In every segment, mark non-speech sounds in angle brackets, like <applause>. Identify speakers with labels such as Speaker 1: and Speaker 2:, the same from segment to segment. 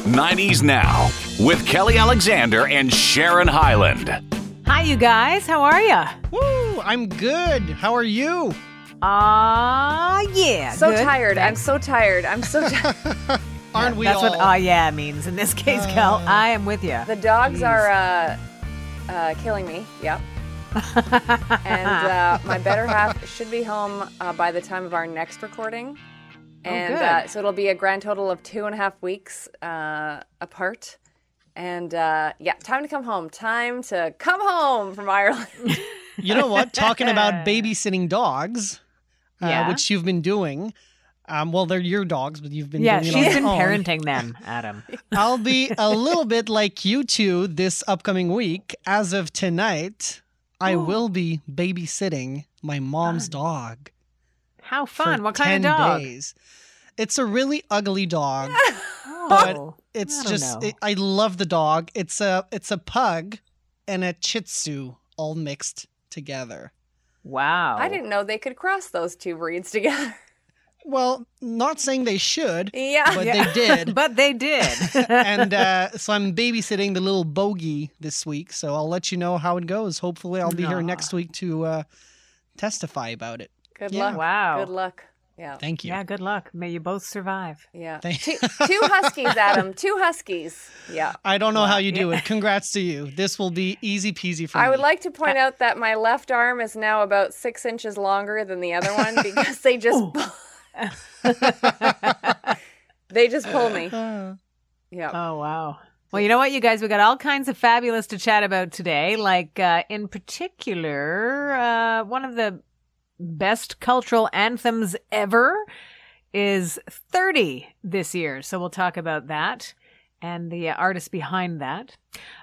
Speaker 1: 90s Now with Kelly Alexander and Sharon Hyland.
Speaker 2: Hi, you guys. How are you?
Speaker 3: Woo! I'm good. How are you?
Speaker 2: Ah, yeah.
Speaker 4: So
Speaker 2: good.
Speaker 4: tired. I'm so tired. I'm
Speaker 2: <laughs>
Speaker 4: so tired.
Speaker 3: Aren't we
Speaker 2: That's
Speaker 3: all? Uh,
Speaker 2: what ah, yeah means in this case, Kel. I am with you.
Speaker 4: The dogs are uh, uh, killing me. Yep. and uh, my better half should be home uh, by the time of our next recording. And
Speaker 2: Oh, good.
Speaker 4: uh, so it'll be a grand total of two and a half weeks uh, apart. And uh, yeah, time to come home. Time to come home from Ireland.
Speaker 3: you know what? Talking
Speaker 2: <laughs>
Speaker 3: about babysitting dogs, uh,
Speaker 2: Yeah.
Speaker 3: which you've been doing. Um, well, they're your dogs, but you've been
Speaker 2: Yeah,
Speaker 3: doing it
Speaker 2: she's
Speaker 3: on
Speaker 2: been
Speaker 3: your own.
Speaker 2: parenting them, Adam.
Speaker 3: <laughs> I'll
Speaker 2: <laughs>
Speaker 3: be a little bit like you two this upcoming week. As of tonight, I will be babysitting my
Speaker 2: <gasps>
Speaker 3: mom's dog.
Speaker 2: How
Speaker 3: for
Speaker 2: fun. What kind of
Speaker 3: 10
Speaker 2: dog?
Speaker 3: Days. It's a really ugly dog.
Speaker 2: Oh, I
Speaker 3: It's
Speaker 2: don't
Speaker 3: just
Speaker 2: know.
Speaker 3: it, I love the dog. It's a it's a pug and a Chih Tzu all mixed together.
Speaker 2: wow.
Speaker 4: <laughs> I didn't know they could cross those two breeds together. <laughs>
Speaker 3: Well, not saying they should,
Speaker 4: yeah.
Speaker 3: but
Speaker 2: Yeah.
Speaker 3: they
Speaker 2: <laughs>
Speaker 3: did.
Speaker 2: But they did.
Speaker 3: <laughs>
Speaker 2: <laughs>
Speaker 3: and uh, so I'm babysitting the little bogey this week. So I'll let you know how it goes. Hopefully, I'll be here
Speaker 2: Aw.
Speaker 3: next week to uh, testify about it.
Speaker 4: Good
Speaker 3: Yeah.
Speaker 4: luck.
Speaker 2: Wow.
Speaker 4: Good luck. Yeah.
Speaker 3: Thank you.
Speaker 2: yeah, good luck. May you both survive.
Speaker 4: Yeah.
Speaker 3: Thank-
Speaker 4: <laughs> two, two huskies, Adam. Two huskies. Yeah.
Speaker 3: I don't know how you do it. Congrats to you. This will be easy peasy for me.
Speaker 4: I would like to point out Mm. that my left arm is now about six inches longer than the other one because they <laughs> just they just pull <laughs> me.
Speaker 3: Uh,
Speaker 4: Yeah.
Speaker 2: Oh, wow. Well, you know what, you guys? We got all kinds of fabulous to chat about today. Like, uh, in particular, uh, one of the best cultural anthems ever is 30 this year. So we'll talk about that and the artist behind that.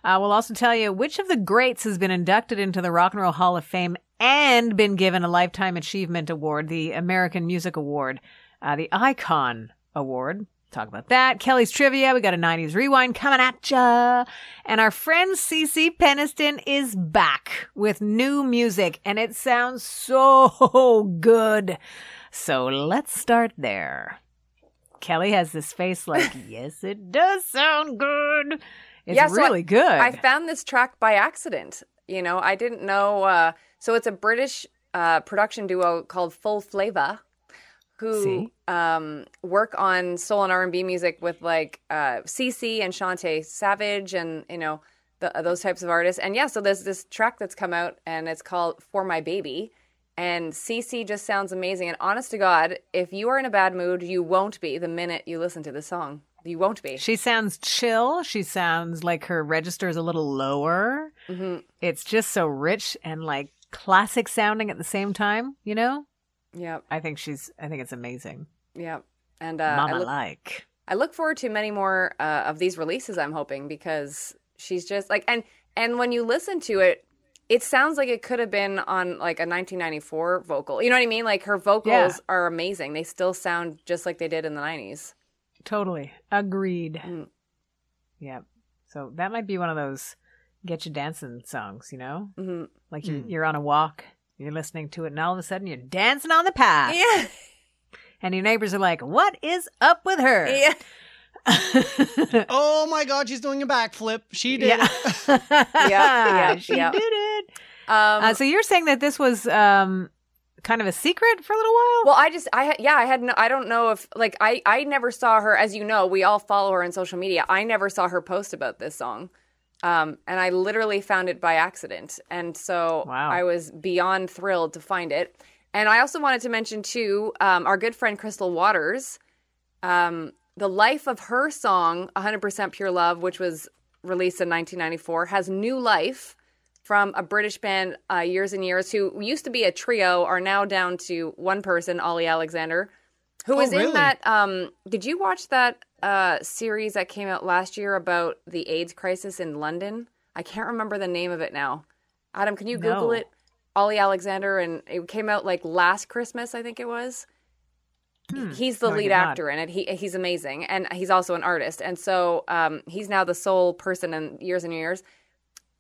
Speaker 2: Uh, we'll also tell you which of the greats has been inducted into the Rock and Roll Hall of Fame and been given a Lifetime Achievement Award, the American Music Award, uh, the Icon Award. Talk about that. Kelly's Trivia. We got a 90s rewind coming at ya. And our friend Cece Peniston is back with new music, and it sounds so <laughs> good. So let's start there. Kelly has this face
Speaker 4: <laughs>
Speaker 2: like, yes, it does sound good. It's
Speaker 4: Yeah, so I-
Speaker 2: really good.
Speaker 4: I found this track by accident. You know, I didn't know. Uh, so it's a British uh, production duo called Full Flava, who
Speaker 2: See?
Speaker 4: um, work on soul and R and B music with like uh, CC and Shantae Savage, and you know the, uh, those types of artists. And yeah, so there's this track that's come out, and it's called For My Baby. And CC just sounds amazing. And honest to God, if you are in a bad mood, you won't be the minute you listen to the song. You won't be.
Speaker 2: She sounds chill. She sounds like her register is a little lower.
Speaker 4: Mm-hmm.
Speaker 2: It's just so rich and like classic sounding at the same time, you know?
Speaker 4: Yeah,
Speaker 2: I think she's, I think it's amazing.
Speaker 4: yeah. And uh, I
Speaker 2: Mama
Speaker 4: look-
Speaker 2: like.
Speaker 4: I look forward to many more uh, of these releases. I'm hoping because she's just like and and when you listen to it, it sounds like it could have been on like a 1994 vocal. You know what I mean? Like her vocals
Speaker 2: Yeah.
Speaker 4: are amazing. They still sound just like they did in the 90s.
Speaker 2: Totally. Agreed.
Speaker 4: Mm.
Speaker 2: Yep. So that might be one of those get you dancing songs, you know?
Speaker 4: hmm
Speaker 2: Like you're, you're on a walk, you're listening to it, and all of a sudden you're dancing on the path.
Speaker 4: Yeah,
Speaker 2: And your neighbors are like, what is up with her? <laughs>
Speaker 4: yeah.
Speaker 3: oh my God, she's doing a backflip. She did.
Speaker 2: Yeah.
Speaker 3: it.
Speaker 4: <laughs> yeah,
Speaker 2: <laughs> she
Speaker 4: yeah.
Speaker 2: did it.
Speaker 4: Um,
Speaker 2: Uh, so you're saying that this was um, kind of a secret for a little while?
Speaker 4: Well, I just, I had, yeah, I had, no, I don't know if, like, I, I never saw her, as you know, we all follow her on social media. I never saw her post about this song. Um, and I literally found it by accident. And so
Speaker 2: Wow.
Speaker 4: I was beyond thrilled to find it. And I also wanted to mention, too, um, our good friend Crystal Waters, um, the life of her song, 100% Pure Love, which was released in 1994, has new life from a British band uh, years and years who used to be a trio are now down to one person, Ollie Alexander, who
Speaker 3: Oh,
Speaker 4: was
Speaker 3: really?
Speaker 4: in that. Um, did you watch that uh, series that came out last year about the AIDS crisis in London? I can't remember the name of it now. Adam, can you Google
Speaker 2: No.
Speaker 4: it? Ollie Alexander, and it came out like last Christmas, I think it was. He's the
Speaker 2: Hmm, No, I
Speaker 4: lead
Speaker 2: did not.
Speaker 4: actor in it. He he's amazing, and he's also an artist. And so um, he's now the sole person in years and years.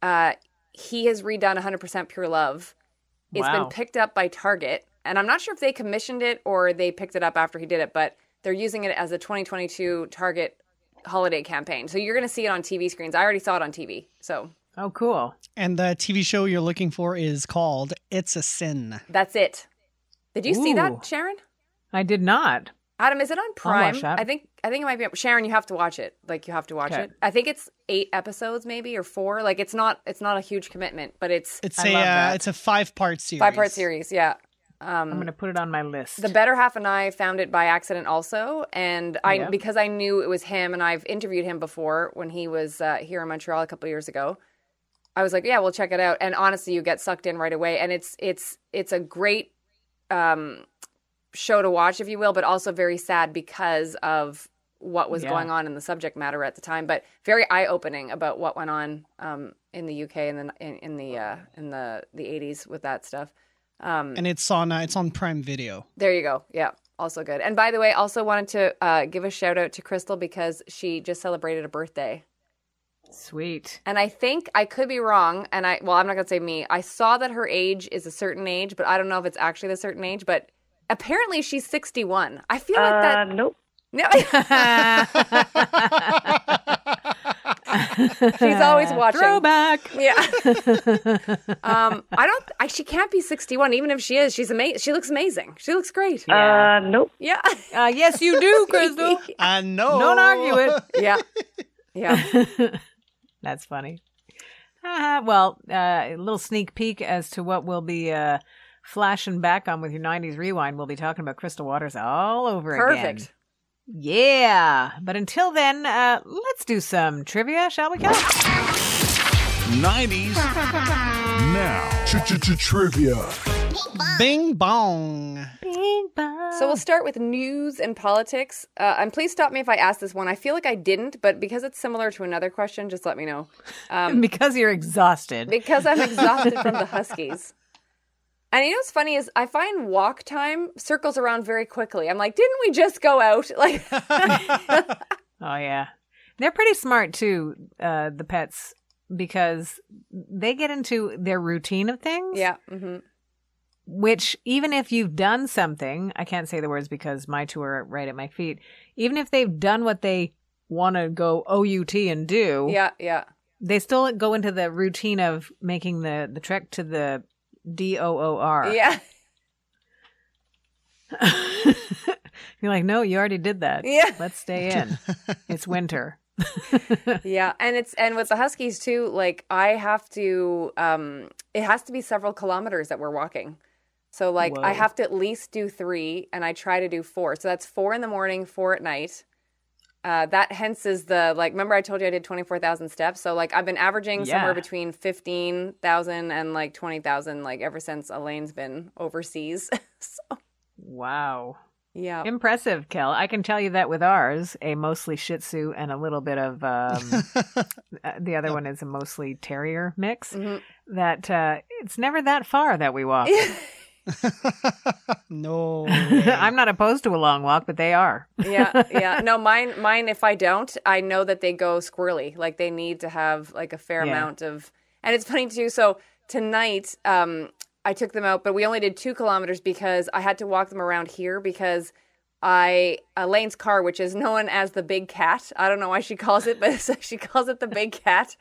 Speaker 4: Uh, he has redone 100% Pure Love. It's
Speaker 2: Wow.
Speaker 4: been picked up by Target, and I'm not sure if they commissioned it or they picked it up after he did it, but they're using it as a 2022 Target holiday campaign. So you're going to see it on TV screens. I already saw it on TV. So
Speaker 2: Oh, cool.
Speaker 3: And the TV show you're looking for is called It's a Sin.
Speaker 4: that's it. Did you see
Speaker 2: Ooh.
Speaker 4: that, Sharon?
Speaker 2: I did not.
Speaker 4: Adam, is it on Prime?
Speaker 2: watch that.
Speaker 4: I think I think it might be Sharon, you have to watch it. Like you have to watch
Speaker 2: Okay.
Speaker 4: it. I think it's 8 episodes maybe or 4. Like it's not it's not a huge commitment, but it's
Speaker 3: It's
Speaker 4: I
Speaker 3: a
Speaker 4: love
Speaker 3: uh,
Speaker 4: that.
Speaker 3: it's a five part series.
Speaker 4: five part series, yeah. Um
Speaker 2: I'm going to put it on my list.
Speaker 4: The better half and I found it by accident also, and I
Speaker 2: Yeah.
Speaker 4: because I knew it was him, and I've interviewed him before when he was uh, here in Montreal a couple years ago. I was like, yeah, we'll check it out, and honestly, you get sucked in right away, and it's it's it's a great um, show to watch, if you will, but also very sad because of what was
Speaker 2: Yeah.
Speaker 4: going on in the subject matter at the time, but very eye opening about what went on um, in the UK and then in, in the uh, in the the eighties with that stuff. Um,
Speaker 3: And it's on uh, it's on Prime Video.
Speaker 4: there you go. Yeah. Also good. And by the way, also wanted to uh, give a shout out to Crystal because she just celebrated a birthday.
Speaker 2: <laughs> Sweet.
Speaker 4: And I think I could be wrong. And I, well, I'm not going to say me. I saw that her age is a certain age, but I don't know if it's actually the certain age. But apparently she's 61. I feel like
Speaker 5: Uh,
Speaker 4: that. <laughs>
Speaker 5: nope.
Speaker 4: No,
Speaker 2: <laughs>
Speaker 4: she's always watching.
Speaker 2: Throwback. <laughs>
Speaker 4: Yeah. um, I don't, I, she can't be 61. Even if she is, she's amazing. She looks amazing. She looks great.
Speaker 5: Uh,
Speaker 2: Yeah.
Speaker 5: nope.
Speaker 4: Yeah.
Speaker 2: Uh, yes, you
Speaker 4: <laughs>
Speaker 2: do, Crystal.
Speaker 3: I
Speaker 2: <laughs>
Speaker 3: know.
Speaker 2: Don't argue it.
Speaker 4: yeah.
Speaker 2: <laughs>
Speaker 4: Yeah.
Speaker 2: That's funny. Ah, well, uh, a little sneak peek as to what we'll be uh, flashing back on with your 90s rewind. We'll be talking about Crystal Waters all over again.
Speaker 4: Perfect.
Speaker 2: Yeah. But until then, uh, let's do some trivia, shall we, Cal?
Speaker 1: 90s now.
Speaker 6: Trivia.
Speaker 3: <laughs> Bing bong. <laughs>
Speaker 2: Bing bong.
Speaker 4: So we'll start with news and politics. Uh, and please stop me if I ask this one. I feel like I didn't, but because it's similar to another question, just let me know. Um,
Speaker 2: <laughs> because you're exhausted.
Speaker 4: because I'm exhausted from the Huskies. And you know what's funny is I find walk time circles around very quickly. I'm like, didn't we just go out? <laughs> Like,
Speaker 2: Oh yeah, they're pretty smart too. Uh, the pets because they get into their routine of things.
Speaker 4: yeah, hmm
Speaker 2: Which even if you've done something, I can't say the words because my two are right at my feet. Even if they've done what they want to go out and do,
Speaker 4: yeah, yeah,
Speaker 2: they still go into the routine of making the the trek to the D O O R.
Speaker 4: yeah,
Speaker 2: <laughs> You're like, no, you already did that.
Speaker 4: Yeah.
Speaker 2: Let's stay in. it's winter. <laughs>
Speaker 4: yeah. And it's and with the Huskies too. Like, I have to. Um, it has to be several kilometers that we're walking. So like I
Speaker 2: Whoa.
Speaker 4: have to at least do three, and I try to do four. So that's four in the morning, four at night. Uh, that hence is the like. Remember, I told you I did twenty four thousand steps. So like I've been averaging
Speaker 2: Yeah.
Speaker 4: somewhere between fifteen thousand and like twenty thousand, like ever since Elaine's been overseas. <laughs> so
Speaker 2: Wow.
Speaker 4: yeah,
Speaker 2: Oh. Impressive, Kel. I can tell you that with ours, a mostly Shih Tzu and a little bit of
Speaker 3: <laughs>
Speaker 2: um, uh, the other one is a mostly Terrier mix. <laughs>
Speaker 4: Mhm.
Speaker 2: That uh, it's never that far that we walk.
Speaker 3: no.
Speaker 2: <laughs> I'm not opposed to a long walk, but they are.
Speaker 4: yeah, yeah.
Speaker 2: <laughs>
Speaker 4: No, mine, mine. If I don't, I know that they go squirrely. Like they need to have like a fair
Speaker 2: Yeah.
Speaker 4: amount of. And it's funny too. So tonight, um, I took them out, but we only did two kilometers because I had to walk them around here because I Elaine's car, which is known as the big cat. I don't know why she calls it, but <laughs> she calls it the big cat,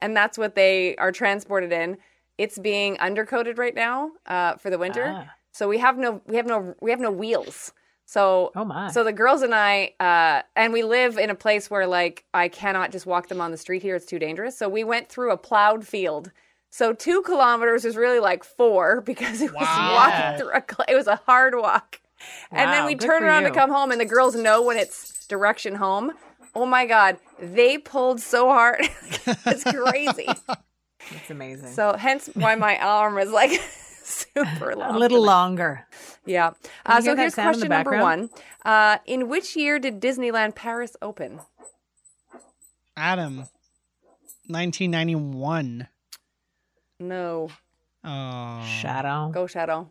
Speaker 4: and that's what they are transported in. It's being undercoated right now uh, for the winter,
Speaker 2: Ah.
Speaker 4: so we have no we have no we have no wheels. So
Speaker 2: Oh my.
Speaker 4: so the girls and I, uh, and we live in a place where like I cannot just walk them on the street here; it's too dangerous. So we went through a plowed field. So two kilometers is really like four <laughs> because it was
Speaker 3: Wow.
Speaker 4: walking through a. cl- It was a hard walk, and then
Speaker 2: Wow,
Speaker 4: we
Speaker 2: good
Speaker 4: turn
Speaker 2: for
Speaker 4: around to
Speaker 2: you.
Speaker 4: come home, and the girls know when it's direction home. Oh my god, they pulled so hard, <laughs>
Speaker 2: <laughs>
Speaker 4: it's crazy.
Speaker 2: it's amazing.
Speaker 4: so hence why my arm is like <laughs> super long.
Speaker 2: a little longer.
Speaker 4: Yeah.
Speaker 2: you hear
Speaker 4: Uh, so
Speaker 2: that
Speaker 4: here's
Speaker 2: sound in the
Speaker 4: question number
Speaker 2: background?
Speaker 4: one. Uh, in which year did Disneyland Paris open?
Speaker 3: Adam. 1991.
Speaker 4: No.
Speaker 3: Oh.
Speaker 2: Shadow.
Speaker 4: Go Shadow.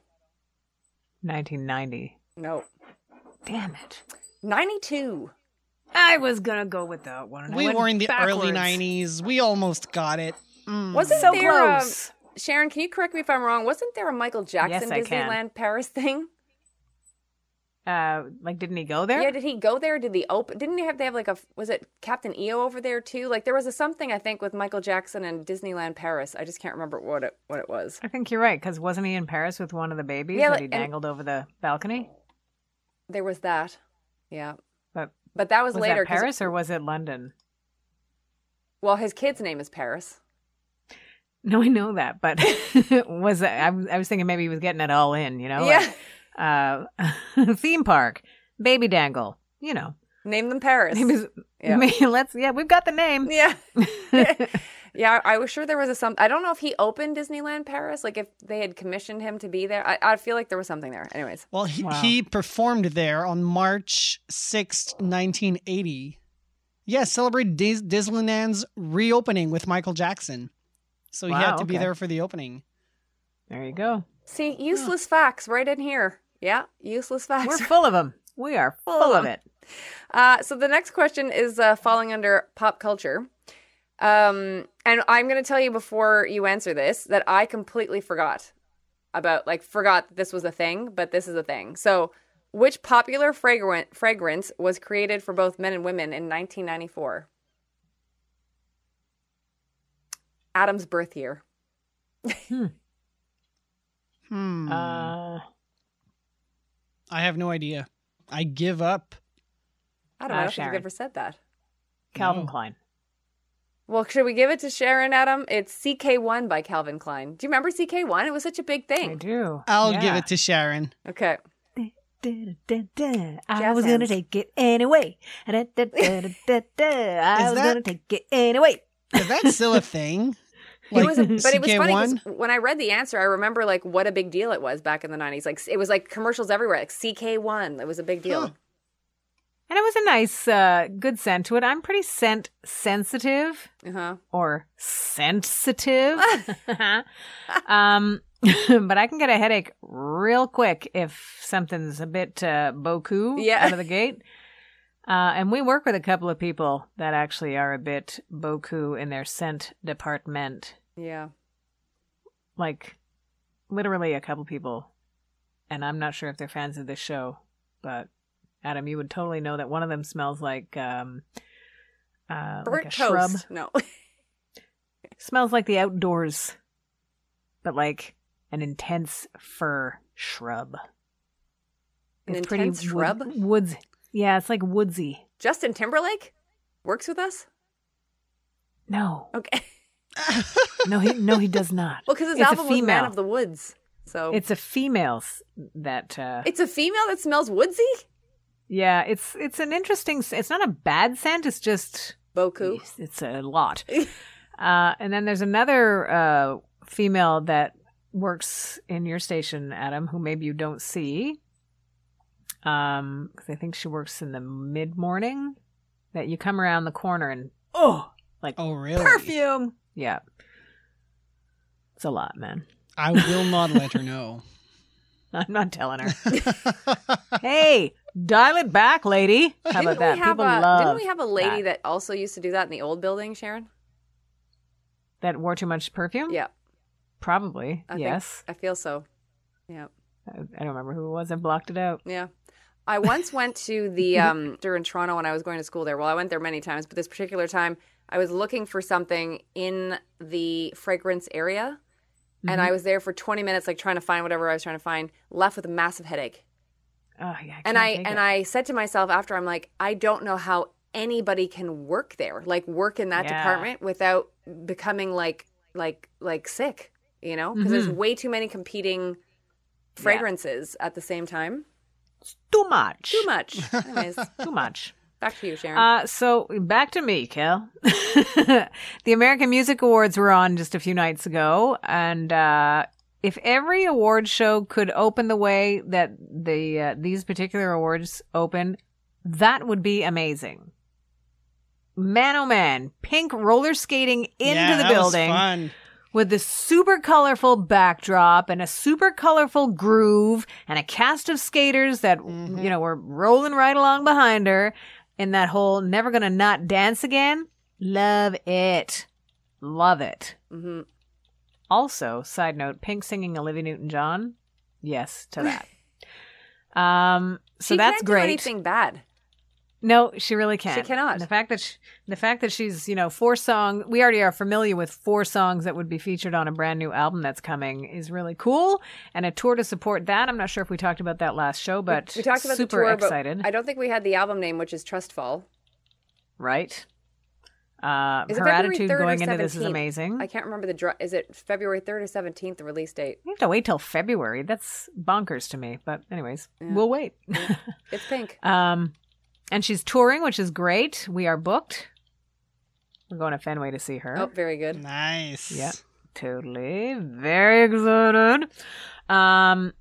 Speaker 2: 1990.
Speaker 4: No.
Speaker 2: Damn it.
Speaker 4: 92.
Speaker 2: I was gonna go with that one. and I
Speaker 3: We
Speaker 2: went
Speaker 3: were in the early
Speaker 2: backwards.
Speaker 3: 90s. We almost got it. Mm.
Speaker 4: Wasn't
Speaker 2: Hmm. So
Speaker 4: there um,
Speaker 2: close.
Speaker 4: Sharon, can you correct me if I'm wrong? Wasn't there a Michael Jackson
Speaker 2: I
Speaker 4: Disneyland
Speaker 2: can.
Speaker 4: Paris thing?
Speaker 2: Uh, like, didn't he go there?
Speaker 4: Yeah, did he go there? Did the open? Didn't they have? They have like a was it Captain EO over there too? Like there was a something I think with Michael Jackson and Disneyland Paris. I just can't remember what it what it was.
Speaker 2: I think you're right because wasn't he in Paris with one of the babies
Speaker 4: Yeah,
Speaker 2: that
Speaker 4: like-
Speaker 2: he
Speaker 4: and-
Speaker 2: dangled over the balcony?
Speaker 4: There was that. Yeah,
Speaker 2: But
Speaker 4: but that was,
Speaker 2: was
Speaker 4: later.
Speaker 2: that
Speaker 4: 'cause-
Speaker 2: Paris or was it London? <laughs>
Speaker 4: Well, his kid's name is Paris.
Speaker 2: No, I know that, but <laughs> was that, I, was- I was thinking maybe he was getting it all in, you know?
Speaker 4: yeah,
Speaker 2: Like, uh, <laughs> theme park, baby dangle, you know.
Speaker 4: name them Paris.
Speaker 2: Maybe it's- <laughs>
Speaker 4: Yeah.
Speaker 2: maybe let's yeah, we've got the name. <laughs>
Speaker 4: <laughs> yeah. Yeah, I was sure there was a some. I don't know if he opened Disneyland Paris, like if they had commissioned him to be there. I, I feel like there was something there. Anyways,
Speaker 3: Well, he,
Speaker 2: Wow.
Speaker 3: he performed there on March 6th, 1980. Yes, celebrated Dis- Disneyland's reopening with Michael Jackson. So he
Speaker 2: Wow,
Speaker 3: had to be
Speaker 2: okay.
Speaker 3: there for the opening.
Speaker 2: there you go.
Speaker 4: see, useless facts right in here. Yeah, useless facts.
Speaker 2: We're full of them. We are full,
Speaker 4: Full of
Speaker 2: of it.
Speaker 4: Uh, so the next question is uh, falling under pop culture. Um, and I'm going to tell you before you answer this that I completely forgot about, like, forgot that this was a thing, but this is a thing. So, which popular fragrant, fragrance was created for both men and women in 1994? Adam's birth year.
Speaker 3: Hmm.
Speaker 2: Uh,
Speaker 3: I have no idea. I give up.
Speaker 4: Adam,
Speaker 2: Ah,
Speaker 4: I don't think
Speaker 2: Sharon.
Speaker 4: you've ever said that.
Speaker 2: Calvin
Speaker 4: Mm.
Speaker 3: No.
Speaker 2: Klein.
Speaker 4: Well, should we give it to Sharon, Adam? It's CK1 by Calvin Klein. Do you remember CK1? It was such a big
Speaker 2: I
Speaker 4: thing.
Speaker 2: do.
Speaker 3: I'll
Speaker 2: Yeah.
Speaker 3: give it to Sharon.
Speaker 4: Okay.
Speaker 2: Da-da-da-da. I
Speaker 4: Jazz
Speaker 2: was gonna
Speaker 4: hands.
Speaker 2: take it anyway. Da-da-da-da-da. I
Speaker 3: <laughs> Is
Speaker 2: was
Speaker 3: that-
Speaker 2: gonna take it anyway.
Speaker 3: Is that still
Speaker 2: <laughs>
Speaker 3: a thing? Like
Speaker 4: it was, a- but it was funny 'cause
Speaker 3: CK1?
Speaker 4: when I read the answer, I remember like what a big deal it was back in the nineties. Like it was like commercials everywhere, like CK1. It was a big deal.
Speaker 3: Huh.
Speaker 2: And it was a nice, uh, good scent to it. I'm pretty scent sensitive
Speaker 4: Uh huh.
Speaker 2: or sensitive. um, <laughs> but I can get a headache real quick if something's a bit uh, boku
Speaker 4: Yeah.
Speaker 2: out of the gate. Uh, and we work with a couple of people that actually are a bit boku in their scent department.
Speaker 4: Yeah.
Speaker 2: Like, literally a couple people. And I'm not sure if they're fans of this show, but Adam, you would totally know that one of them smells like um, uh, like
Speaker 4: Burnt
Speaker 2: a shrub
Speaker 4: toast. No. <laughs>
Speaker 2: smells like the outdoors, but like an intense fir shrub.
Speaker 4: An
Speaker 2: It's pretty
Speaker 4: intense
Speaker 2: wood-
Speaker 4: shrub?
Speaker 2: woods. Yeah, it's like woodsy.
Speaker 4: Justin Timberlake works with us.
Speaker 2: No,
Speaker 4: Okay. <laughs>
Speaker 2: no, he, no, he does not.
Speaker 4: Well, because his
Speaker 2: It's a
Speaker 4: album was Man
Speaker 2: female.
Speaker 4: of the Woods. So it's,
Speaker 2: It's a female's that. Uh,
Speaker 4: a female that smells woodsy.
Speaker 2: yeah, it's it's an interesting. s- It's not a bad scent. It's just
Speaker 4: Boku.
Speaker 2: It's, it's a
Speaker 4: <laughs>
Speaker 2: lot. uh, and then there's another uh, female that works in your station, Adam, who maybe you don't see. Um, 'cause I think she works in the mid morning. That you come around the corner and oh, like
Speaker 3: Oh, really?
Speaker 2: perfume. Yeah, it's a lot, man. <laughs>
Speaker 3: I will not let her
Speaker 4: <laughs>
Speaker 3: know.
Speaker 2: I'm not telling her. hey, dial it back, lady. How about
Speaker 4: Didn't
Speaker 2: that?
Speaker 4: we have
Speaker 2: People
Speaker 4: a
Speaker 2: love
Speaker 4: Didn't we have a lady that. also used to do that in the old building, Sharon?
Speaker 2: that wore too much perfume.
Speaker 4: Yeah.
Speaker 2: probably.
Speaker 4: I think-
Speaker 2: yes.
Speaker 4: I feel so. Yeah.
Speaker 2: I I don't remember who it was. I blocked it out.
Speaker 4: Yeah. I once went to
Speaker 2: <laughs>
Speaker 4: the um there in Toronto when I was going to school there. Well, I went there many times, but this particular time I was looking for something in the fragrance area and
Speaker 2: Mm-hmm.
Speaker 4: I was there for 20 minutes like trying to find whatever I was trying to find, left with a massive headache.
Speaker 2: Oh yeah, I
Speaker 4: And I and I said to myself after I'm like I don't know how anybody can work there, like work in that
Speaker 2: Yeah.
Speaker 4: department without becoming like like like sick, you know? because there's
Speaker 2: Mm-hmm.
Speaker 4: way too many competing fragrances at the same time.
Speaker 2: too much,
Speaker 4: Too much. Anyways.
Speaker 2: <laughs> too much.
Speaker 4: Back to you, Sharon.
Speaker 2: Uh, so back to me, Kel. <laughs> the American Music Awards were on just a few nights ago, and uh, if every award show could open the way that the uh, these particular awards open, that would be amazing. Man, oh man! Pink roller skating into
Speaker 3: Yeah,
Speaker 2: the
Speaker 3: that was
Speaker 2: building.
Speaker 3: fun.
Speaker 2: with this super colorful backdrop and a super colorful groove and a cast of skaters that
Speaker 4: Mm-hmm.
Speaker 2: you know were rolling right along behind her in that whole never gonna not dance again love it love it
Speaker 4: hmm <laughs>
Speaker 2: also side note pink singing olivia newton-john yes to that Um, so
Speaker 4: she
Speaker 2: that's
Speaker 4: can't
Speaker 2: great.
Speaker 4: do anything bad.
Speaker 2: No, she really can't.
Speaker 4: cannot.
Speaker 2: And the fact that she, the fact that she's you know four song. We already are familiar with four songs that would be featured on a brand new album that's coming is really cool, and a tour to support that. I'm not sure if we talked about that last show, but
Speaker 4: We talked about
Speaker 2: super
Speaker 4: the tour,
Speaker 2: excited,
Speaker 4: but I don't think we had the album name, which is Trustfall.
Speaker 2: right? Uh,
Speaker 4: Is it
Speaker 2: her
Speaker 4: February
Speaker 2: attitude
Speaker 4: 3rd or
Speaker 2: going into this is
Speaker 4: 17th?
Speaker 2: amazing.
Speaker 4: I can't remember the. Dr- is it February third or seventeenth? The release date.
Speaker 2: we have to wait till February. That's bonkers to me. But anyways, we'll wait.
Speaker 4: It's pink.
Speaker 2: um, and she's touring, which is great. We are booked. We're going to Fenway to see her.
Speaker 4: Oh, very good.
Speaker 3: Nice.
Speaker 2: Yeah, totally. Very excited. Um,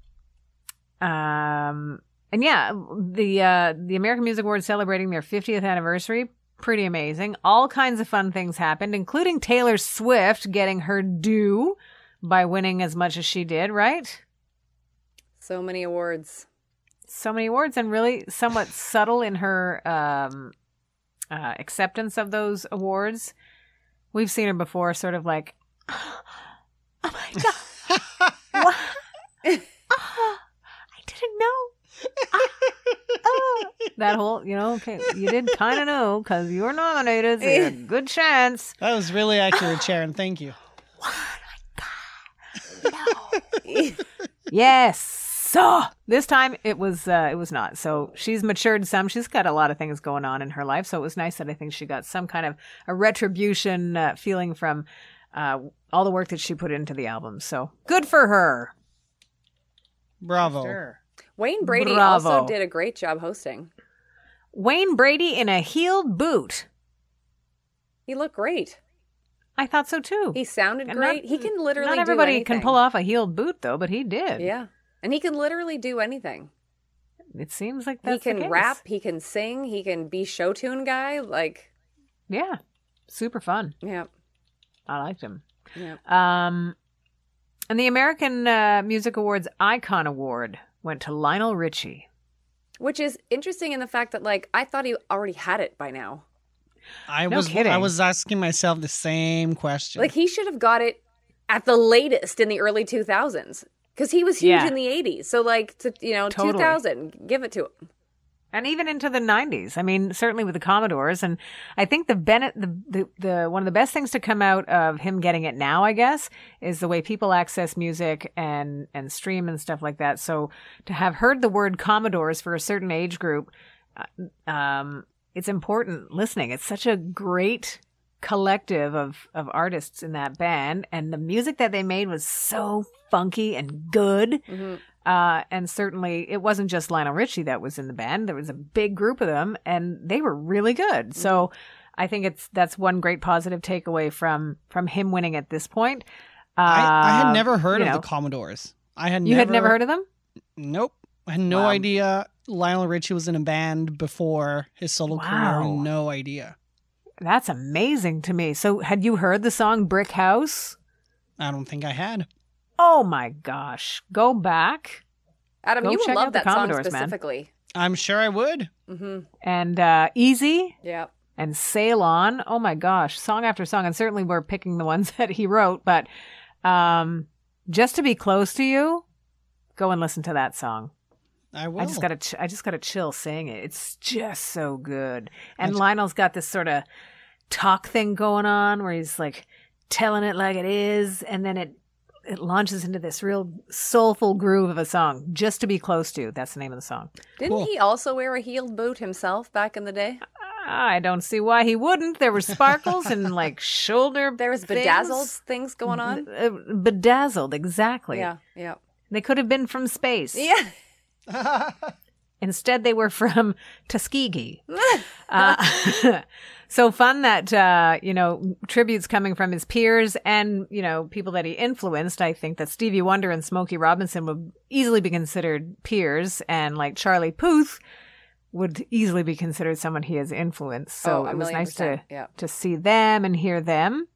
Speaker 2: um, and yeah, the uh, the American Music Awards celebrating their 50th anniversary. Pretty amazing. All kinds of fun things happened, including Taylor Swift getting her due by winning as much as she did. Right?
Speaker 4: So many awards.
Speaker 2: So many awards, and really somewhat subtle in her um, uh, acceptance of those awards. We've seen her before, sort of like, <gasps> oh my god. What? <gasps> Ah, I didn't know. Ah, ah. That whole, you know, okay, you did kind of know because you were nominated. So you had a good chance.
Speaker 3: That was really accurate, Sharon. Thank you.
Speaker 2: <laughs> Yes. So this time it was uh, it was not. So she's matured some. She's got a lot of things going on in her life. So it was nice that I think she got some kind of a retribution uh, feeling from uh, all the work that she put into the album. So good for her.
Speaker 3: Bravo.
Speaker 4: Wayne Brady
Speaker 2: Bravo.
Speaker 4: also did a great job hosting.
Speaker 2: Wayne Brady in a heeled boot.
Speaker 4: He looked great.
Speaker 2: I thought so too.
Speaker 4: He sounded
Speaker 2: And
Speaker 4: great.
Speaker 2: not-
Speaker 4: he can literally.
Speaker 2: Not
Speaker 4: do
Speaker 2: everybody can
Speaker 4: anything.
Speaker 2: pull off a heeled boot though, but he did.
Speaker 4: Yeah, and he can literally do anything.
Speaker 2: It seems like that's
Speaker 4: he
Speaker 2: the
Speaker 4: can
Speaker 2: case.
Speaker 4: rap. He can sing. He can be show tune guy. Like,
Speaker 2: Yeah. Super fun.
Speaker 4: yeah,
Speaker 2: I liked him.
Speaker 4: yeah.
Speaker 2: Um and the American uh, Music Awards Icon Award went to Lionel Richie.
Speaker 4: Which is interesting in the fact that like I thought he already had it by now.
Speaker 3: I
Speaker 2: No
Speaker 3: was
Speaker 2: kidding.
Speaker 3: I was asking myself the same question.
Speaker 4: Like he should have got it at the latest in the early 2000s because he was huge
Speaker 2: Yeah.
Speaker 4: in the 80s. So like to, you know
Speaker 2: Totally.
Speaker 4: 2000, give it to him.
Speaker 2: and even into the 90s. I mean, certainly with the Commodores, and I think the Bennett, the, the the one of the best things to come out of him getting it now, I guess, is the way people access music and and stream and stuff like that. So to have heard the word Commodores for a certain age group, uh, um, it's important listening. It's such a great collective of of artists in that band, and the music that they made was so funky and good. Uh, and certainly, it wasn't just Lionel Richie that was in the band. There was a big group of them, and they were really good.
Speaker 3: Mm-hmm.
Speaker 2: So, I think it's that's one great positive takeaway from from him winning at this point. Uh,
Speaker 3: I, I had never heard
Speaker 2: you
Speaker 3: of
Speaker 2: know.
Speaker 3: the Commodores. I had
Speaker 2: You
Speaker 3: never,
Speaker 2: had never heard of them?
Speaker 3: Nope. I had no
Speaker 2: Wow.
Speaker 3: idea Lionel Richie was in a band before his solo
Speaker 2: Wow.
Speaker 3: career. No idea.
Speaker 2: That's amazing to me. So, had you heard the song Brick House?
Speaker 3: I don't think I had.
Speaker 2: Oh my gosh! Go back
Speaker 4: Adam,
Speaker 2: Go
Speaker 4: you would
Speaker 2: check
Speaker 4: love
Speaker 2: out the
Speaker 4: that song
Speaker 2: Commodores, man.
Speaker 4: specifically.
Speaker 3: I'm sure I would.
Speaker 4: hmm
Speaker 2: and uh, Easy
Speaker 4: Yeah.
Speaker 2: and Ceylon. Oh my gosh, song after song, and certainly we're picking the ones <laughs> that he wrote. But um, just to be close to you, go and listen to that song.
Speaker 3: I will.
Speaker 2: I just
Speaker 3: <laughs>
Speaker 2: got to, I just got to chill saying it. It's just so good. And
Speaker 3: That's-
Speaker 2: Lionel's got this sort of talk thing going on where he's like telling it like it is, and then it it launches into this real soulful groove of a song. Just to be close to you. That's the name of the song.
Speaker 4: Didn't
Speaker 3: Cool.
Speaker 4: he also wear a heeled boot himself back in the day?
Speaker 2: I don't see why he wouldn't. There were sparkles and like shoulder.
Speaker 4: There was
Speaker 2: things.
Speaker 4: bedazzled things, going on.
Speaker 2: Uh, bedazzled, exactly.
Speaker 4: Yeah, yeah, <laughs>
Speaker 2: They could have been from space.
Speaker 4: yeah.
Speaker 2: Instead, they were from <laughs>
Speaker 4: <laughs>
Speaker 2: Tuskegee. Uh, <laughs> so fun that, uh, you know, tributes coming from his peers and, you know, people that he influenced. I think that Stevie Wonder and Smokey Robinson would easily be considered peers, and like Charlie Puth would easily be considered someone he has influenced. So
Speaker 4: Oh, a
Speaker 2: it was
Speaker 4: million
Speaker 2: nice to,
Speaker 4: percent, yeah.
Speaker 2: to see them and hear them.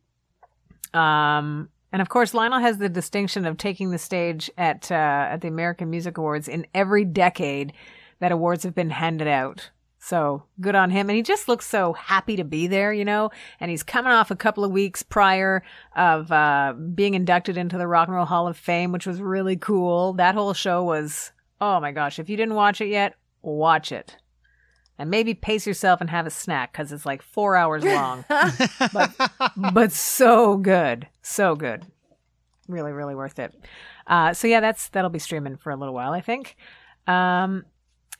Speaker 2: Um, and of course, Lionel has the distinction of taking the stage at uh, at the American Music Awards in every decade that awards have been handed out. So good on him, and he just looks so happy to be there, you know. And he's coming off a couple of weeks prior of uh, being inducted into the Rock and Roll Hall of Fame, which was really cool. That whole show was Oh my gosh. If you didn't watch it yet, watch it. And maybe pace yourself and have a snack because it's like four hours long. but so good. So good. Really, really worth it. Uh, so yeah, that's that'll be streaming for a little while, I think. Um,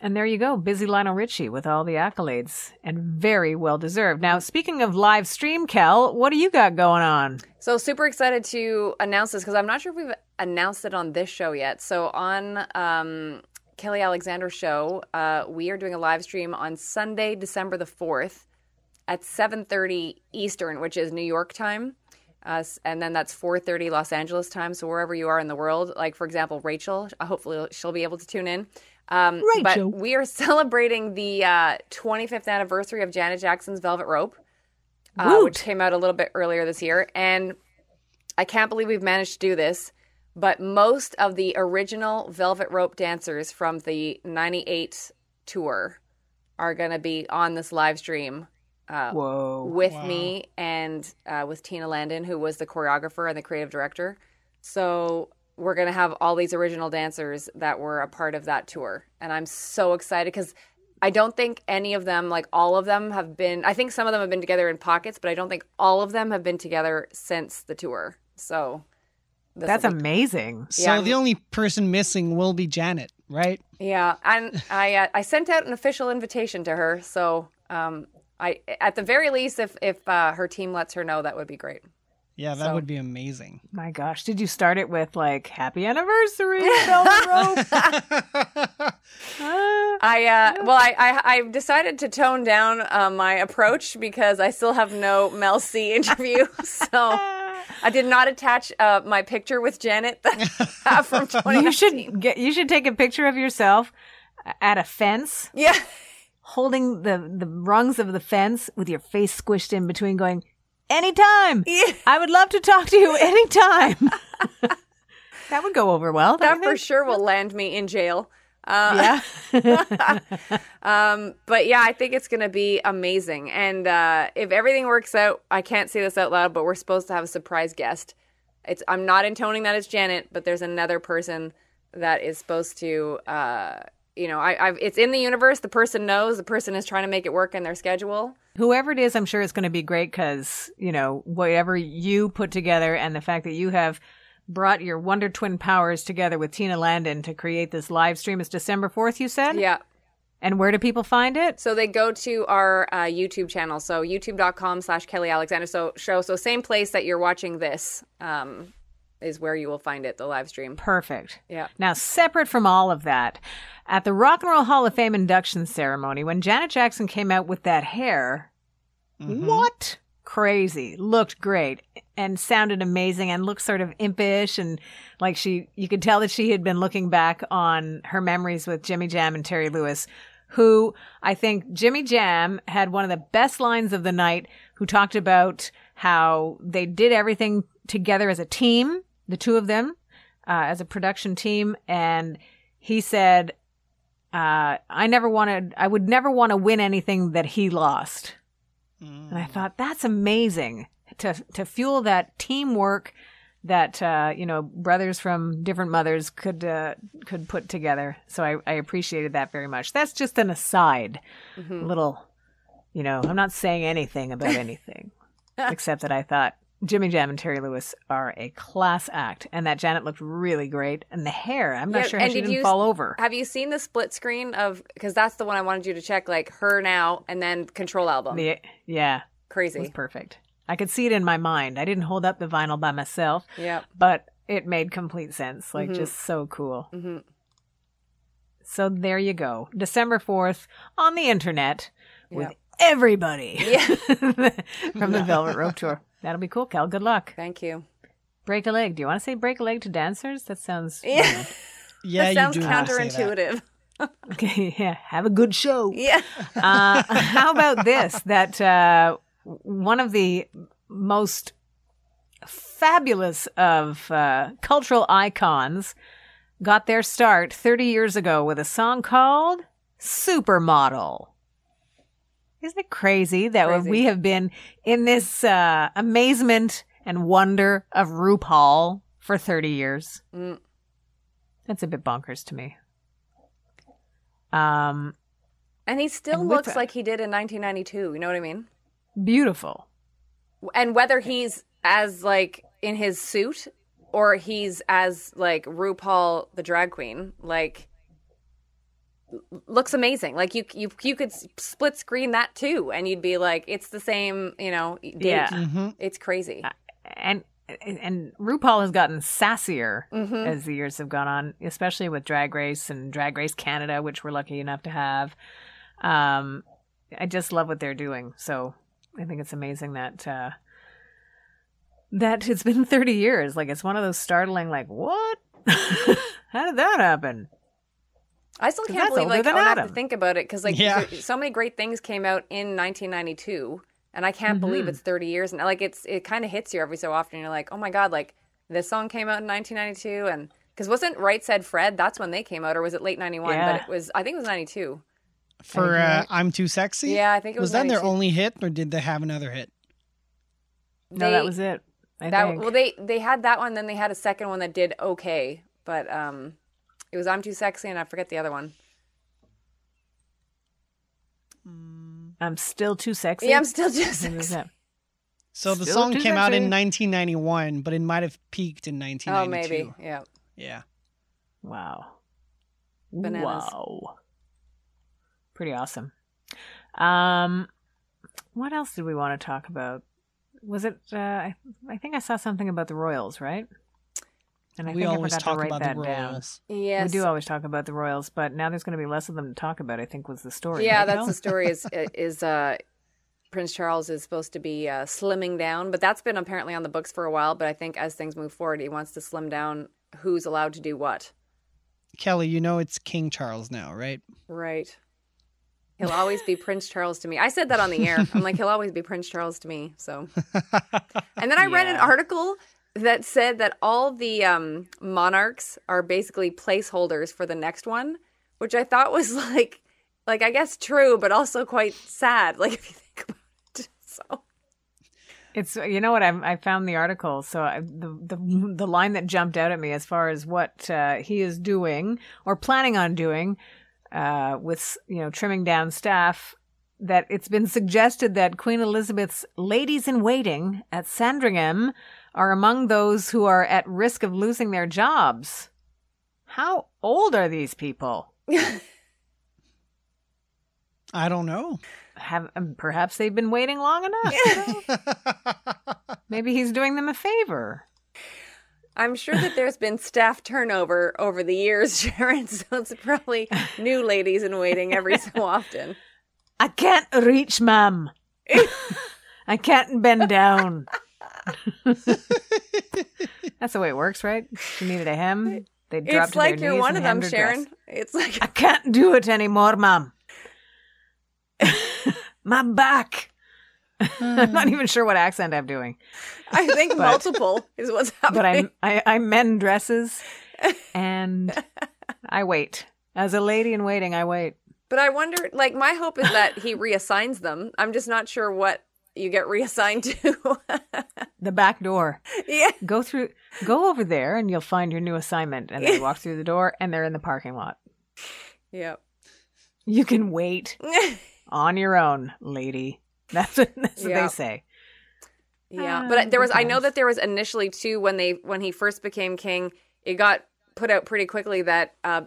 Speaker 2: and there you go, busy Lionel Richie with all the accolades and very well deserved. Now, speaking of live stream, Kel, what do you got going on?
Speaker 4: So super excited to announce this because I'm not sure if we've announced it on this show yet. So on um, Kelly Alexander's show, uh, we are doing a live stream on Sunday, December the fourth, at 7:30 Eastern, which is New York time, uh, s- and then that's 4:30 Los Angeles time. So wherever you are in the world, like for example, Rachel, uh, hopefully she'll be able to tune in. Um,
Speaker 2: Rachel.
Speaker 4: But we are <laughs> celebrating the uh, 25th anniversary of Janet Jackson's Velvet Rope uh,
Speaker 2: Woot.
Speaker 4: which came out a little bit earlier this year. And I can't believe we've managed to do this, but most of the original Velvet Rope dancers from the 98 tour are going to be on this live stream uh,
Speaker 2: Whoa.
Speaker 4: with
Speaker 3: Wow.
Speaker 4: me and uh, with Tina Landon, who was the choreographer and the creative director. So we're going to have all these original dancers that were a part of that tour. And I'm so excited because I don't think any of them, like all of them, have been, I think some of them have been together in pockets, but I don't think all of them have been together since the tour. So this
Speaker 2: That's
Speaker 4: will be-
Speaker 2: amazing.
Speaker 3: So
Speaker 4: Yeah.
Speaker 3: the only person missing will be Janet, right?
Speaker 4: Yeah, and I uh, I sent out an official invitation to her, so um, I at the very least, if if uh, her team lets her know, that would be great.
Speaker 3: Yeah, that
Speaker 4: So-
Speaker 3: would be amazing.
Speaker 2: My gosh, did you start it with like happy anniversary,
Speaker 4: <laughs>
Speaker 2: Velvet Rope?
Speaker 3: Mm.
Speaker 2: Ah.
Speaker 4: I uh, well, I, I I've decided to tone down uh, my approach because I still have no Mel C interview, so I did not attach uh, my picture with Janet <laughs> from 2019.
Speaker 2: you should get you should take a picture of yourself at a fence
Speaker 4: yeah.
Speaker 2: holding the the rungs of the fence with your face squished in between going <laughs> anytime i would love to talk to <laughs> you anytime that would go over well
Speaker 4: That
Speaker 2: don't you
Speaker 4: for
Speaker 2: think?
Speaker 4: sure will land me in jail. Uh,
Speaker 2: yeah
Speaker 4: Um, but yeah, I think it's going to be amazing. And uh, if everything works out, I can't say this out loud, but we're supposed to have a surprise guest. It's I'm not intoning that it's Janet, but there's another person that is supposed to. Uh, you know, I, I've it's in the universe. The person knows. The person is trying to make it work in their schedule.
Speaker 2: <laughs> whoever it is i'm sure it's going to be great because you know whatever you put together and the fact that you have brought your wonder twin powers together with tina landon to create this live stream it's december 4th you said
Speaker 4: Yeah.
Speaker 2: and where do people find it
Speaker 4: So they go to our uh, YouTube channel. So youtube.com slash Kelly Alexander so, show. So same place that you're watching this um, is where you will find it. The live stream.
Speaker 2: Perfect.
Speaker 4: Yeah.
Speaker 2: Now, separate from all of that, at the Rock and Roll Hall of Fame induction ceremony, when Janet Jackson came out with that hair, what? Crazy. Looked great and sounded amazing and looked sort of impish and like she, you could tell that she had been looking back on her memories with Jimmy Jam and Terry Lewis, who I think Jimmy Jam had one of the best lines of the night, who talked about how they did everything together as a team, the two of them, uh, as a production team, and he said, uh, "I never wanted. I would never want to win anything that he lost." And I thought that's amazing to to fuel that teamwork that uh, you know brothers from different mothers could uh, could put together. So I, I appreciated that very much. That's just an aside,
Speaker 4: Mm-hmm.
Speaker 2: little. You know, I'm not saying anything
Speaker 4: <laughs>
Speaker 2: about anything, except that I thought Jimmy Jam and Terry Lewis are a class act, and that Janet looked really great, and the hair. I'm not
Speaker 4: Yeah,
Speaker 2: sure how
Speaker 4: and
Speaker 2: she
Speaker 4: did
Speaker 2: didn't
Speaker 4: you-
Speaker 2: fall over.
Speaker 4: Have you seen the split screen of because that's the one I wanted you to check, like her now and then control album.
Speaker 2: The- yeah, it was
Speaker 4: Crazy.
Speaker 2: perfect. I could see it in my mind. I didn't hold up the vinyl by myself,
Speaker 4: Yeah.
Speaker 2: but it made complete sense. Like,
Speaker 4: Mhm.
Speaker 2: just so cool.
Speaker 4: hmm
Speaker 2: So there you go. December 4th on the internet with
Speaker 4: Yeah.
Speaker 2: everybody
Speaker 3: <laughs>
Speaker 4: Yeah.
Speaker 2: <laughs> from
Speaker 4: <laughs>
Speaker 2: the Velvet Rope Tour. That'll be cool, Cal. Good luck.
Speaker 4: Thank you.
Speaker 2: Break a leg. Do you want to say break a leg to dancers? That sounds
Speaker 4: <laughs> Yeah.
Speaker 3: Mm. Yeah,
Speaker 4: that sounds
Speaker 3: you do have to say that.
Speaker 4: counterintuitive.
Speaker 2: <laughs>
Speaker 4: <laughs>
Speaker 2: okay. Yeah. Have a good show.
Speaker 4: Yeah.
Speaker 2: uh, how about
Speaker 4: <laughs>
Speaker 2: this? That uh, one of the most fabulous of uh, cultural icons got their start 30 years ago with a song called Supermodel. Isn't it crazy that
Speaker 4: Crazy.
Speaker 2: we have been in this uh, amazement and wonder of RuPaul for 30 years?
Speaker 4: Mm.
Speaker 2: That's a bit bonkers to me. Um,
Speaker 4: And he still
Speaker 2: And with
Speaker 4: looks
Speaker 2: a-
Speaker 4: like he did in 1992. You know what I mean?
Speaker 2: beautiful.
Speaker 4: And whether he's as like in his suit or he's as like RuPaul the drag queen, like l- looks amazing. Like you you you could s- split screen that too, and you'd be like, it's the same. You know, dude.
Speaker 2: Yeah.
Speaker 3: hmm
Speaker 4: It's crazy.
Speaker 2: And and RuPaul has gotten sassier
Speaker 4: hmm
Speaker 2: as the years have gone on, especially with Drag Race and Drag Race Canada, which we're lucky enough to have. Um, I just love what they're doing. So I think it's amazing that uh, that it's been <laughs> 30 years. Like it's one of those startling, like what? <laughs> How did that happen?
Speaker 4: I still
Speaker 2: 'Cause
Speaker 4: can't
Speaker 2: that's
Speaker 4: believe
Speaker 2: older
Speaker 4: like
Speaker 2: than
Speaker 4: I'll have
Speaker 2: Adam.
Speaker 4: to think about it because like
Speaker 3: Yeah.
Speaker 4: there- so many great things came out in 1992, and I can't believe
Speaker 2: Mhm.
Speaker 4: it's 30 years and like it's it kind of hits you every so often. You're like, oh my god, like this song came out in 1992, and because wasn't Right Said Fred? That's when they came out, or was it late 91?
Speaker 2: Yeah.
Speaker 4: But it was I think it was 92.
Speaker 3: For uh, I'm Too Sexy?
Speaker 4: Yeah, I think it was.
Speaker 3: Was that their
Speaker 4: 92.
Speaker 3: only hit or did they have another hit?
Speaker 2: No, that was it. I
Speaker 4: that
Speaker 2: think.
Speaker 4: well they they had that one, then they had a second one that did okay, but um, it was I'm Too Sexy, and I forget the other one.
Speaker 2: I'm still too sexy.
Speaker 4: Yeah, I'm still too
Speaker 2: I think it was
Speaker 4: sexy.
Speaker 2: it.
Speaker 3: So the
Speaker 2: Still
Speaker 3: song
Speaker 2: Too
Speaker 3: came out in
Speaker 2: Sexy.
Speaker 3: 1991, but it might have peaked in
Speaker 4: Oh,
Speaker 3: 1992.
Speaker 4: maybe yeah.
Speaker 3: Yeah.
Speaker 2: Wow.
Speaker 4: Bananas.
Speaker 2: Wow. Pretty awesome. Um, what else did we want to talk about? Was it? Uh, I, I think I saw something about the Royals, right? And I
Speaker 3: we
Speaker 2: think I
Speaker 3: always
Speaker 2: forgot
Speaker 3: talk
Speaker 2: to write
Speaker 3: about the
Speaker 2: that down.
Speaker 3: Royals.
Speaker 4: Yes.
Speaker 2: We do always talk about the Royals, but now there's going to be less of them to talk about. I think was the story.
Speaker 4: Yeah,
Speaker 2: right,
Speaker 4: that's
Speaker 2: Mel?
Speaker 4: the story. Is is uh, Prince Charles is supposed to be uh, slimming down, but that's been apparently on the books for a while. But I think as things move forward, he wants to slim down. Who's allowed to do what?
Speaker 3: Kelly, you know it's King Charles now, right?
Speaker 4: Right. He'll always be Prince Charles to me. I said that on the air. I'm like, he'll always be Prince Charles to me. So, and then I read an
Speaker 2: Yeah.
Speaker 4: article that said that all the um, monarchs are basically placeholders for the next one, which I thought was <laughs> like, like I guess true, but also quite sad. <laughs> Like if you think about it. So
Speaker 2: It's you know what I I found the article so I, the the the line that jumped out at me as far as what uh, he is doing or planning on doing uh, with you know trimming down staff that it's been suggested that Queen Elizabeth's ladies in waiting at Sandringham are among those who are at risk of losing their jobs. How old are these people?
Speaker 3: I don't know.
Speaker 2: Have um, perhaps they've been waiting long enough? Maybe he's doing them a favor.
Speaker 4: I'm sure that there's been staff turnover over the years, <laughs> Sharon. So it's probably new ladies in waiting every so often.
Speaker 2: I can't reach,
Speaker 4: <laughs>
Speaker 2: ma'am. I can't bend down. <laughs> That's the way it works, right? If you needed a hem, they dropped
Speaker 4: It's
Speaker 2: to their
Speaker 4: like you're
Speaker 2: knees
Speaker 4: one
Speaker 2: and
Speaker 4: of them,
Speaker 2: hemmed her dress.
Speaker 4: Sharon.
Speaker 2: <laughs>
Speaker 4: It's like
Speaker 2: I can't do it anymore, ma'am. <laughs> My back. <laughs> I'm not even sure what accent I'm doing,
Speaker 4: I think multiple is what's happening.
Speaker 2: <laughs> but I'm I, I mend dresses and I wait. As a lady in waiting, I wait.
Speaker 4: But I wonder, like, my hope is that he reassigns them. I'm just not sure what you get reassigned to. <laughs>
Speaker 2: The back door.
Speaker 4: yeah.
Speaker 2: go through go over there and you'll find your new assignment and they walk through the door and they're in the parking lot
Speaker 4: Yeah.
Speaker 2: you can wait on your own lady that's what, that's what
Speaker 4: Yeah.
Speaker 2: they say
Speaker 4: yeah.
Speaker 2: Ah,
Speaker 4: But there was, I know
Speaker 2: because-
Speaker 4: that there was initially too when they when he first became king, it got put out pretty quickly that uh,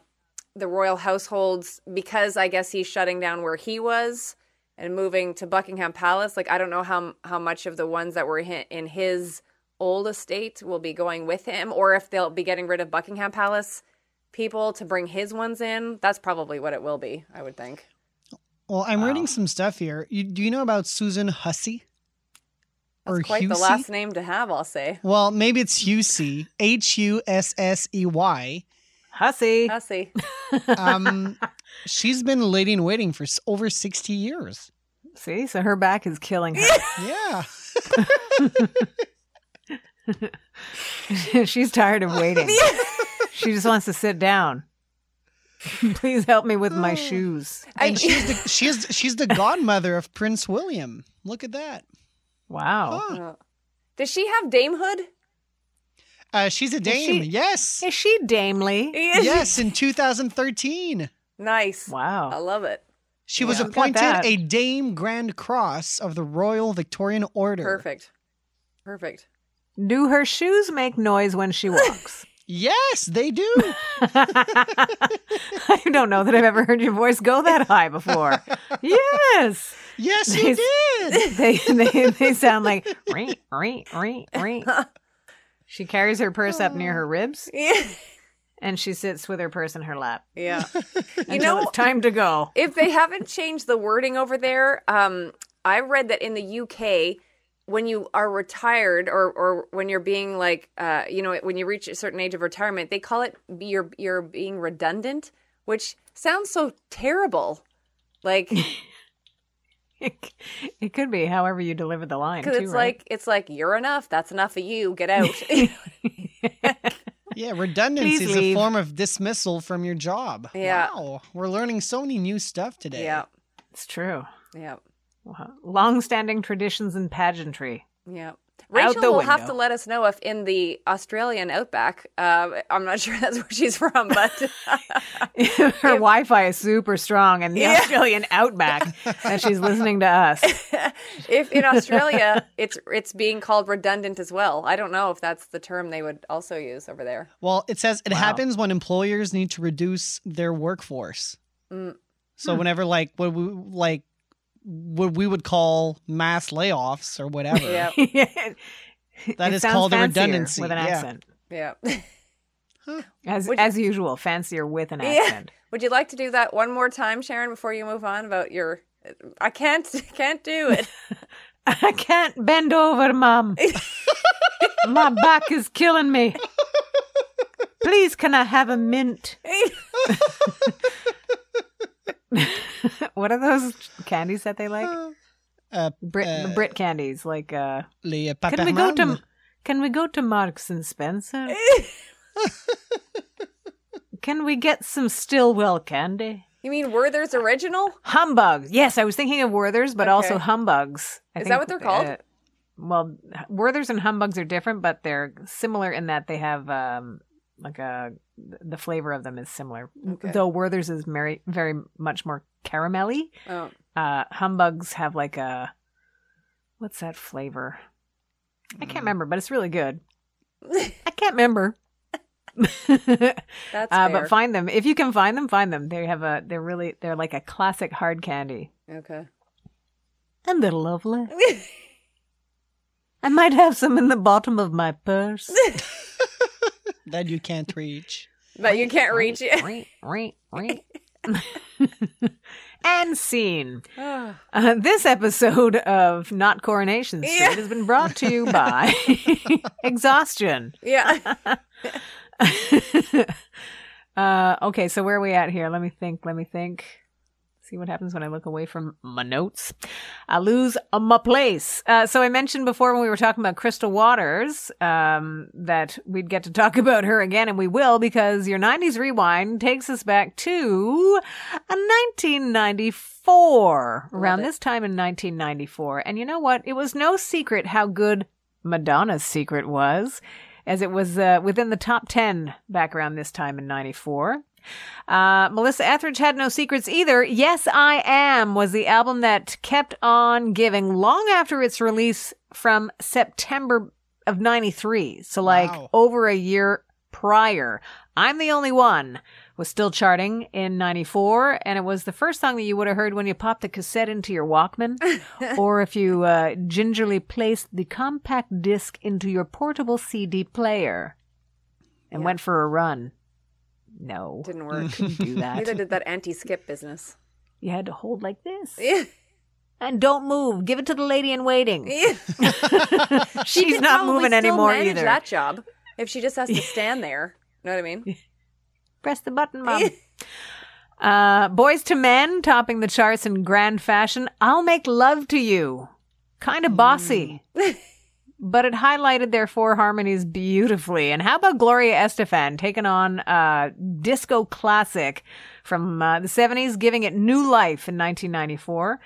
Speaker 4: the royal households, because I guess he's shutting down where he was and moving to Buckingham Palace. Like, I don't know how how much of the ones that were hi- in his old estate will be going with him, or if they'll be getting rid of Buckingham Palace people to bring his ones in. That's probably what it will be, I would think.
Speaker 3: well, I'm
Speaker 2: Wow.
Speaker 3: reading some stuff here. You, do you know about Susan Hussey?
Speaker 4: That's
Speaker 3: or
Speaker 4: quite the
Speaker 3: Husey?
Speaker 4: last name to have, I'll say.
Speaker 3: Well, maybe it's Husey. H U S S E Y.
Speaker 2: hussy
Speaker 4: I see.
Speaker 2: <laughs>
Speaker 3: Um, she's been lady in waiting for s- over 60 years.
Speaker 2: see so her back is killing
Speaker 3: <laughs> Yeah.
Speaker 2: her <laughs> she's tired of waiting she just wants to sit down <laughs> please help me with my shoes
Speaker 4: I-
Speaker 3: And
Speaker 2: <laughs>
Speaker 3: she's the she's she's the godmother of Prince William. Look at that.
Speaker 2: wow
Speaker 3: Huh.
Speaker 4: Uh, <laughs> Does she have damehood?
Speaker 3: Uh, she's a dame.
Speaker 2: she- <laughs>
Speaker 3: yes.
Speaker 2: is she damely
Speaker 3: Yes, in 2013.
Speaker 4: Nice. I
Speaker 2: Wow.
Speaker 4: love it.
Speaker 3: She was
Speaker 2: Yeah. Got
Speaker 3: appointed
Speaker 2: that.
Speaker 3: a Dame Grand Cross of the Royal Victorian Order.
Speaker 4: Perfect. Perfect. <laughs>
Speaker 2: Do her shoes make noise when she walks? <laughs>
Speaker 3: Yes, they do.
Speaker 2: I don't know that I've ever heard your voice go that high before. Yes.
Speaker 3: yes,
Speaker 2: <laughs>
Speaker 3: you did.
Speaker 2: They they, they sound
Speaker 4: <laughs>
Speaker 2: like ring, ring, ring, ring. She carries her purse up
Speaker 4: Oh.
Speaker 2: near her ribs
Speaker 4: Yeah.
Speaker 2: and she sits with her purse in her lap.
Speaker 4: Yeah. you
Speaker 2: Until
Speaker 4: know,
Speaker 2: it's time to go. <laughs>
Speaker 4: if they haven't changed the wording over there, um, I read that in the UK, when you are retired or or when you're being like, uh, you know, when you reach a certain age of retirement, they call it be- you're you're being redundant, which sounds so terrible.
Speaker 2: <laughs>
Speaker 4: Like
Speaker 2: It, c- it could be however you deliver the line.
Speaker 4: because
Speaker 2: too,
Speaker 4: it's
Speaker 2: right?
Speaker 4: like it's like you're enough. That's enough of
Speaker 2: <laughs>
Speaker 4: you. Get out. <laughs>
Speaker 3: Yeah, redundancy
Speaker 2: Please
Speaker 3: is
Speaker 2: leave.
Speaker 3: a form of dismissal from your job.
Speaker 4: Yeah.
Speaker 3: Wow. We're learning so many new stuff today.
Speaker 4: yeah.
Speaker 2: it's true.
Speaker 4: Yeah.
Speaker 2: Wow. Long-standing traditions in pageantry. <laughs>
Speaker 4: Yeah.
Speaker 2: Out
Speaker 4: Rachel
Speaker 2: the
Speaker 4: will have to
Speaker 2: window.
Speaker 4: let us know if in the Australian outback, uh, I'm not <laughs> sure that's where she's from, but <laughs>
Speaker 2: Her Wi-Fi is super strong in the
Speaker 4: Yeah.
Speaker 2: Australian
Speaker 4: <laughs>
Speaker 2: outback, and she's listening to us. <laughs>
Speaker 4: if in Australia it's it's being called redundant as well. I don't know if that's the term they would also use over there.
Speaker 3: Well, it says it
Speaker 2: Wow.
Speaker 3: happens when employers need to reduce their workforce.
Speaker 4: Mm.
Speaker 3: So
Speaker 2: Hmm.
Speaker 3: whenever like what we like what we would call mass layoffs or whatever.
Speaker 4: Yeah.
Speaker 2: It
Speaker 3: That is
Speaker 2: sounds
Speaker 3: called a
Speaker 2: fancier
Speaker 3: redundancy.
Speaker 2: with an
Speaker 3: Yeah.
Speaker 2: accent.
Speaker 4: Yeah. <laughs>
Speaker 2: As
Speaker 4: Would you-
Speaker 2: as usual, fancier with an
Speaker 4: Yeah.
Speaker 2: accent.
Speaker 4: Would you like to do that one more time, Sharon, before you move on about your I can't <laughs> can't do it.
Speaker 2: I can't bend over, mum. My back is killing me. Please, can I have a mint? <laughs> what are those candies that they like?
Speaker 3: Uh,
Speaker 2: Brit,
Speaker 3: uh,
Speaker 2: Brit candies, like uh,
Speaker 3: Les
Speaker 2: can we go
Speaker 3: Paperman.
Speaker 2: to can we go to Marks and
Speaker 3: <laughs>
Speaker 2: Spencer? can we get some Stillwell candy?
Speaker 4: You mean Werther's original?
Speaker 2: Humbugs. Yes, I was thinking of Werthers, but also
Speaker 4: Okay.
Speaker 2: humbugs. I
Speaker 4: Is that
Speaker 2: think,
Speaker 4: what they're called?
Speaker 2: well, Werthers and humbugs are different, but they're similar in that they have um, like a the flavor of them is similar.
Speaker 4: Okay.
Speaker 2: Though Werthers is very very much more caramelly.
Speaker 4: Oh. <laughs>
Speaker 2: Uh, humbugs have like a what's that flavor? I can't
Speaker 4: Mm.
Speaker 2: remember, but it's really good. I can't remember.
Speaker 4: <laughs> That's
Speaker 2: Uh,
Speaker 4: fair.
Speaker 2: but find them if you can find them. Find them. They have a. They're really. They're like a classic hard candy,
Speaker 4: Okay.
Speaker 2: and they're lovely.
Speaker 4: <laughs>
Speaker 2: I might have some in the bottom of my purse.
Speaker 3: that you can't reach.
Speaker 4: But you can't <laughs>
Speaker 2: <laughs>
Speaker 4: reach it. <sighs>
Speaker 2: and scene.
Speaker 4: <laughs>
Speaker 2: Uh, this episode of Not Coronation Street
Speaker 4: Yeah.
Speaker 2: has been brought to you
Speaker 4: <laughs>
Speaker 2: by <laughs> exhaustion.
Speaker 4: yeah.
Speaker 2: <laughs> uh, okay, so where are we at here? Let me think. Let me think. See what happens when I look away from my notes. I lose my place. Uh, so I mentioned before when we were talking about Crystal Waters um, that we'd get to talk <laughs> about her again, and we will because your 90s rewind takes us back to 1994, around
Speaker 4: it.
Speaker 2: this time in 1994. And you know what? It was no secret how good Madonna's secret was as it was uh, within the top 10 back around this time in 94. Uh, Melissa Etheridge had no secrets either. Yes, I Am was the album that kept on giving long after its release from September of 93. So, like
Speaker 3: Wow.
Speaker 2: over a year prior. I'm the Only One was still charting in 94, and it was the first song that you would have heard when you popped the cassette into your
Speaker 4: <laughs>
Speaker 2: Walkman, or if you uh, gingerly placed the compact disc into your portable CD player and went for a run. No.
Speaker 4: Didn't work.
Speaker 2: Couldn't
Speaker 4: <laughs>
Speaker 2: do <laughs>
Speaker 4: Neither
Speaker 2: that.
Speaker 4: did that anti skip business. <laughs>
Speaker 2: You had to hold like this.
Speaker 4: Yeah.
Speaker 2: And don't move. Give it to the lady in
Speaker 4: <laughs>
Speaker 2: waiting.
Speaker 4: Yeah.
Speaker 2: She's
Speaker 4: could
Speaker 2: not
Speaker 4: probably
Speaker 2: moving
Speaker 4: still
Speaker 2: anymore
Speaker 4: manage
Speaker 2: either.
Speaker 4: That job, if she just has
Speaker 2: <laughs>
Speaker 4: to stand there, know what I mean?
Speaker 2: Press the button, mom. uh, Boys to Men topping the charts in grand fashion. I'll make love to you. Kind of bossy. but it highlighted their four harmonies beautifully. And how about Gloria Estefan taking on a disco classic from uh, the 70s, giving it new life in 1994?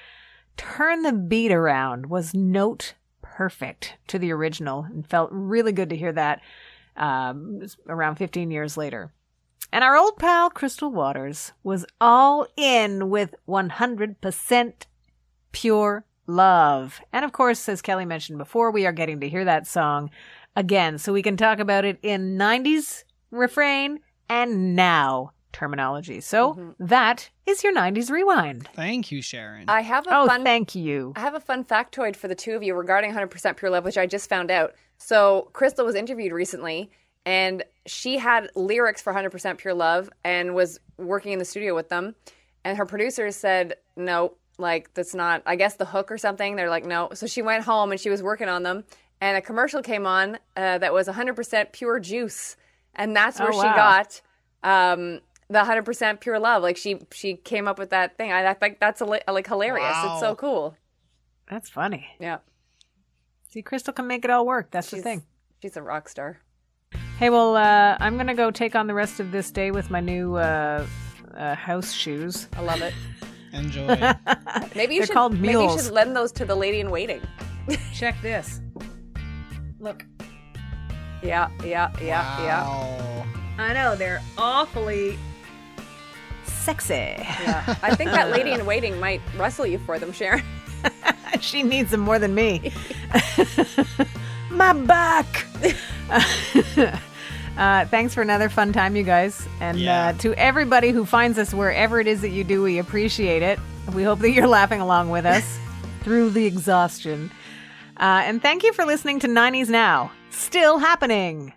Speaker 2: Turn the Beat Around was note perfect to the original and felt really good to hear that um, around 15 years later. And our old pal Crystal Waters was all in with 100% pure love. And of course, as Kelly mentioned before, we are getting to hear that song again, so we can talk about it in 90s refrain and now terminology. So
Speaker 4: Mm-hmm.
Speaker 2: that is your 90s rewind.
Speaker 3: Thank you, Sharon.
Speaker 4: I have a
Speaker 2: Oh,
Speaker 4: fun
Speaker 2: thank you.
Speaker 4: I have a fun factoid for the two of you regarding 100% Pure Love, which I just found out. So, Crystal was interviewed recently, and she had lyrics for 100% Pure Love and was working in the studio with them. And her producers said, no, like, that's not, I guess the hook or something. They're like, no. So, she went home and she was working on them, and a commercial came on uh, that was 100% Pure Juice. And that's where
Speaker 2: Oh,
Speaker 4: she
Speaker 2: wow.
Speaker 4: got um, the 100% Pure Love. Like, she she came up with that thing. I, I think that's a, like hilarious. It's so
Speaker 3: Wow.
Speaker 4: cool.
Speaker 2: That's funny.
Speaker 4: Yeah.
Speaker 2: See, Crystal can make it all work. That's the
Speaker 4: She's-
Speaker 2: thing.
Speaker 4: She's a rock star.
Speaker 2: Hey, well, uh, I'm going to go take on the rest of this day with my new uh, uh, house shoes.
Speaker 4: I
Speaker 2: <laughs>
Speaker 4: love it. <laughs>
Speaker 3: Enjoy.
Speaker 4: Maybe you
Speaker 2: They're
Speaker 4: should
Speaker 2: called
Speaker 4: maybe you
Speaker 2: mules.
Speaker 4: should lend those to the lady in waiting.
Speaker 2: Check this. Look.
Speaker 4: Yeah, yeah, yeah, yeah.
Speaker 3: Wow.
Speaker 2: I know, they're awfully sexy. <laughs>
Speaker 4: Yeah. I think that lady in waiting might wrestle you for them, Sharon.
Speaker 2: she needs them more than me. <laughs> My back. <laughs> Uh, thanks for another fun time, you guys. And
Speaker 3: Yeah.
Speaker 2: uh, to everybody who finds us wherever it is that you do, we appreciate it. We hope that you're laughing along with us through the exhaustion. Uh, and thank you for listening to 90s Now. Still happening.